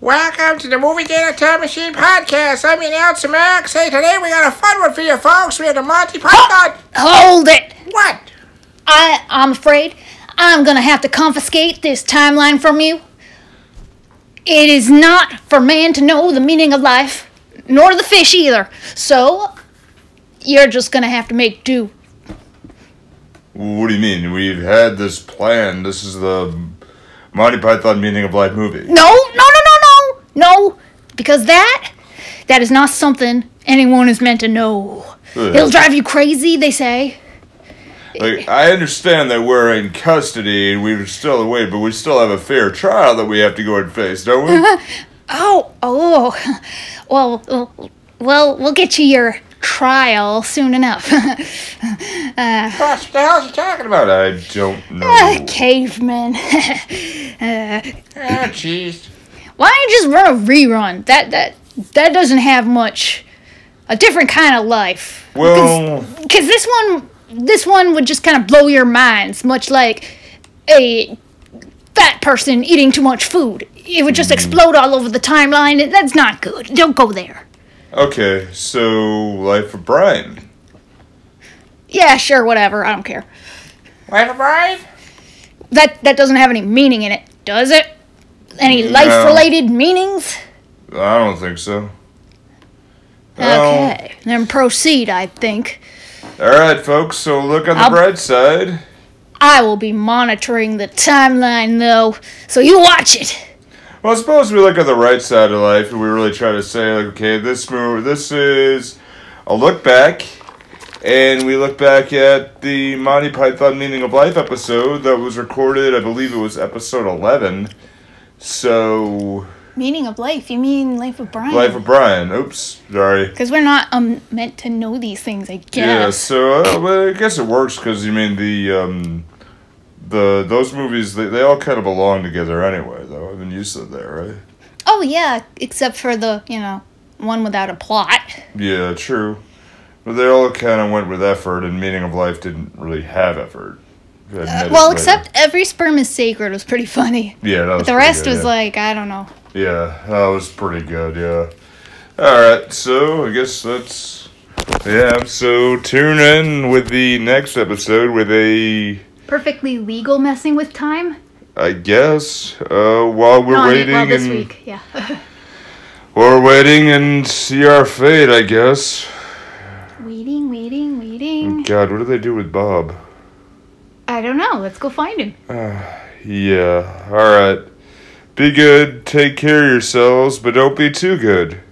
Welcome to the Movie Data Time Machine Podcast. I'm your announcer, Max. Hey, today we got a fun one for you folks. We have the Monty Python. Hold it! What? I, I'm afraid I'm gonna have to confiscate this timeline from you. It is not for man to know the meaning of life, nor the fish either. So, you're just gonna have to make do. What do you mean? We've had this plan. This is the Monty Python meaning of life movie. No, no, no, no, no, no, because that, that is not something anyone is meant to know. Ugh. It'll drive you crazy, they say. Like, I understand that we're in custody and we're still away, but we still have a fair trial that we have to go and face, don't we? Oh, oh, well, well, well, we'll get you your trial soon enough. Gosh, what the hell is he talking about? but I don't know. Ah, caveman. Ah, jeez. Uh, Why don't you just run a rerun? That that that doesn't have much. A different kind of life. well, Cause this one, this one would just kind of blow your minds, much like a fat person eating too much food. It would just explode all over the timeline. and That's not good. Don't go there. okay, so Life of Brian. Yeah, sure, whatever. I don't care. Life of Brian? That that doesn't have any meaning in it, does it? Any life-related meanings? I don't think so. Well, Okay, then proceed. I think. all right, folks, so look on the I'll- bright side. I will be monitoring the timeline though, so you watch it. Well, suppose we look at the right side of life and we really try to say, like, okay, this move, this is a look back, and we look back at the Monty Python Meaning of Life episode that was recorded, I believe it was episode eleven. So, Meaning of life? You mean life of Brian? Life of Brian. Oops, sorry. Because we're not um meant to know these things, I guess. Yeah. So, uh, well, I guess it works because you mean the um, the those movies they, they all kind of belong together anyway, though. I mean, you said that, right? Oh yeah, except for the you know one without a plot. Yeah, true. But they all kind of went with effort, and Meaning of Life didn't really have effort. Admit Uh, it well, later. except every sperm is sacred was pretty funny. yeah, that was But the pretty rest good, was yeah. like I don't know. yeah, that was pretty good. Yeah. All right, so I guess that's yeah. So tune in with the next episode with a Perfectly legal messing with time. I guess uh, while we're No, I mean, waiting well, this and week, yeah. we're waiting and see our fate. I guess. waiting, waiting, waiting. God, what do they do with Bob? I don't know. Let's go find him. Yeah. All right. Be good. Take care of yourselves, but don't be too good.